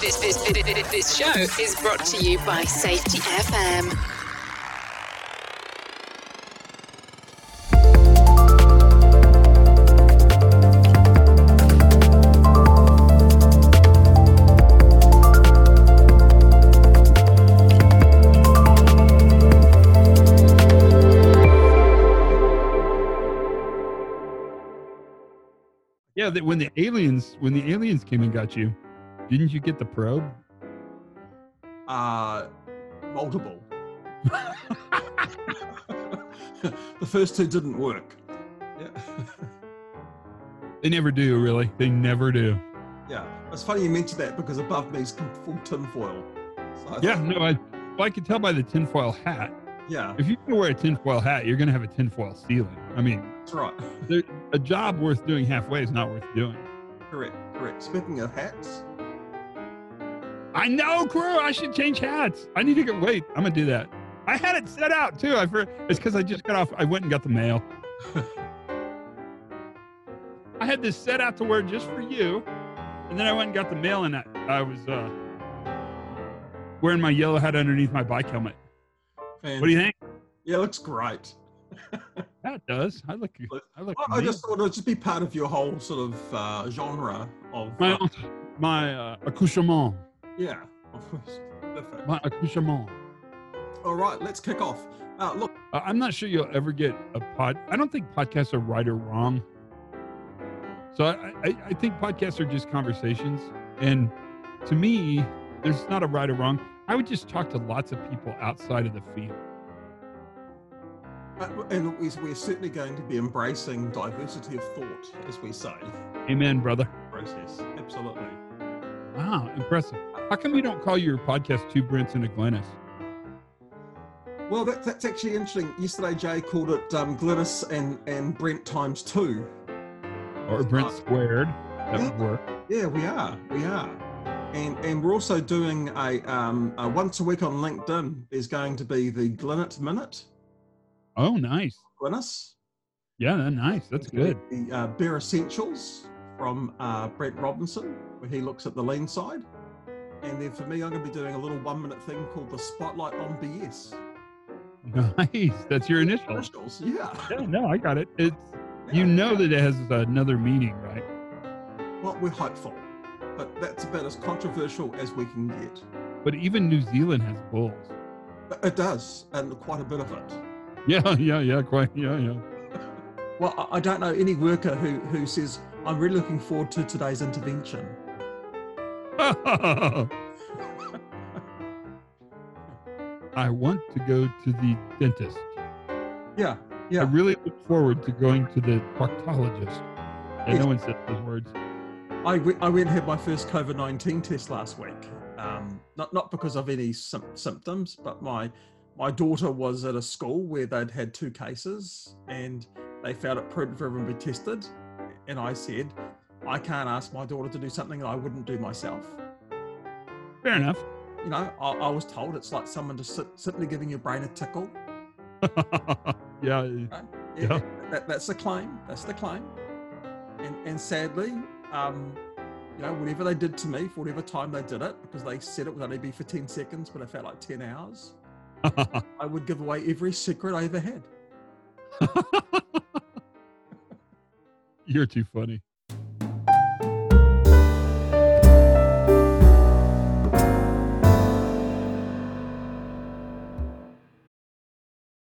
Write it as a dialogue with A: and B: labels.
A: This, this, this, this show is brought to you by Safety FM.
B: Yeah, that when the aliens when the aliens came and got you, didn't you get the probe?
C: Uh, multiple. the first two didn't work. Yeah.
B: They never do, really. They never do.
C: yeah. It's funny you mentioned that because above me is com- full tinfoil. So I
B: Yeah,
C: think-
B: no, I well, I can tell by the tinfoil hat.
C: Yeah,
B: If you're gonna wear a tinfoil hat, you're gonna have a tinfoil ceiling. I mean,
C: that's right.
B: a job worth doing halfway is not worth doing.
C: Correct, correct. Speaking of hats,
B: I know, crew. I should change hats. I need to get. Wait, I'm gonna do that. I had it set out too. I for, it's because I just got off. I went and got the mail. I had this set out to wear just for you, and then I went and got the mail, and I, I was uh, wearing my yellow hat underneath my bike helmet.
C: fan-
B: What do you think?
C: yeah, it looks great.
B: That does. I look. I look.
C: I, I
B: amazing.
C: just thought it would just be part of your whole sort of uh, genre of.
B: my
C: uh,
B: my uh, accouchement.
C: yeah, of course. Perfect.
B: My accouchement.
C: All right, let's kick off. Uh, look,
B: Uh, I'm not sure you'll ever get a pod. I don't think podcasts are right or wrong. So I, I, I think podcasts are just conversations. And to me, there's not a right or wrong. I would just talk to lots of people outside of the field.
C: uh, and we- we're certainly going to be embracing diversity of thought, as we say.
B: Amen, brother.
C: Process, absolutely.
B: Wow, impressive. How come you don't call your podcast Two Brents and a Glennis?
C: Well, that, that's actually interesting. Yesterday, Jay called it um, Glynis and, and Brent times two.
B: Or Brent Squared? That would work.
C: Yeah, we are. We are. And, and we're also doing a, um, a once a week on LinkedIn is going to be the Glynnit Minute.
B: Oh, nice.
C: Glynis.
B: Yeah, that- nice. That's good.
C: The uh, Bare Essentials from uh, Brent Robinson, where he looks at the lean side. And then for me, I'm going to be doing a little one minute thing called the Spotlight on BS.
B: Nice. That's your initials.
C: Initials, yeah.
B: Yeah, no, I got it. It's Oh. you know that it has another meaning, right?
C: Well, we're hopeful, but that's about as controversial as we can get.
B: But even New Zealand has bulls.
C: But It does, and quite a bit of it.
B: Yeah, yeah, yeah, quite. Yeah, yeah.
C: Well, I- I don't know any worker who, who says, I'm really looking forward to today's intervention.
B: I want to go to the dentist.
C: Yeah,
B: I
C: yeah.
B: really look forward to going to the proctologist. And
C: Yes.
B: no one says those words.
C: I went, I went and had my first COVID 19 test last week. Um, not, not because of any sym- symptoms, but my, my daughter was at a school where they'd had two cases and they found it prudent for everyone to be tested. And I said, I can't ask my daughter to do something I wouldn't do myself.
B: Fair enough.
C: You know, I, I was told it's like someone just sit, simply giving your brain a tickle.
B: yeah. it-
C: Yeah,
B: Yeah.
C: That, that's the claim. That's the claim. And and sadly, um, you know, whatever they did to me for whatever time they did it, because they said it would only be for ten seconds, but it felt like ten hours. I would give away every secret I ever had.
B: You're too funny.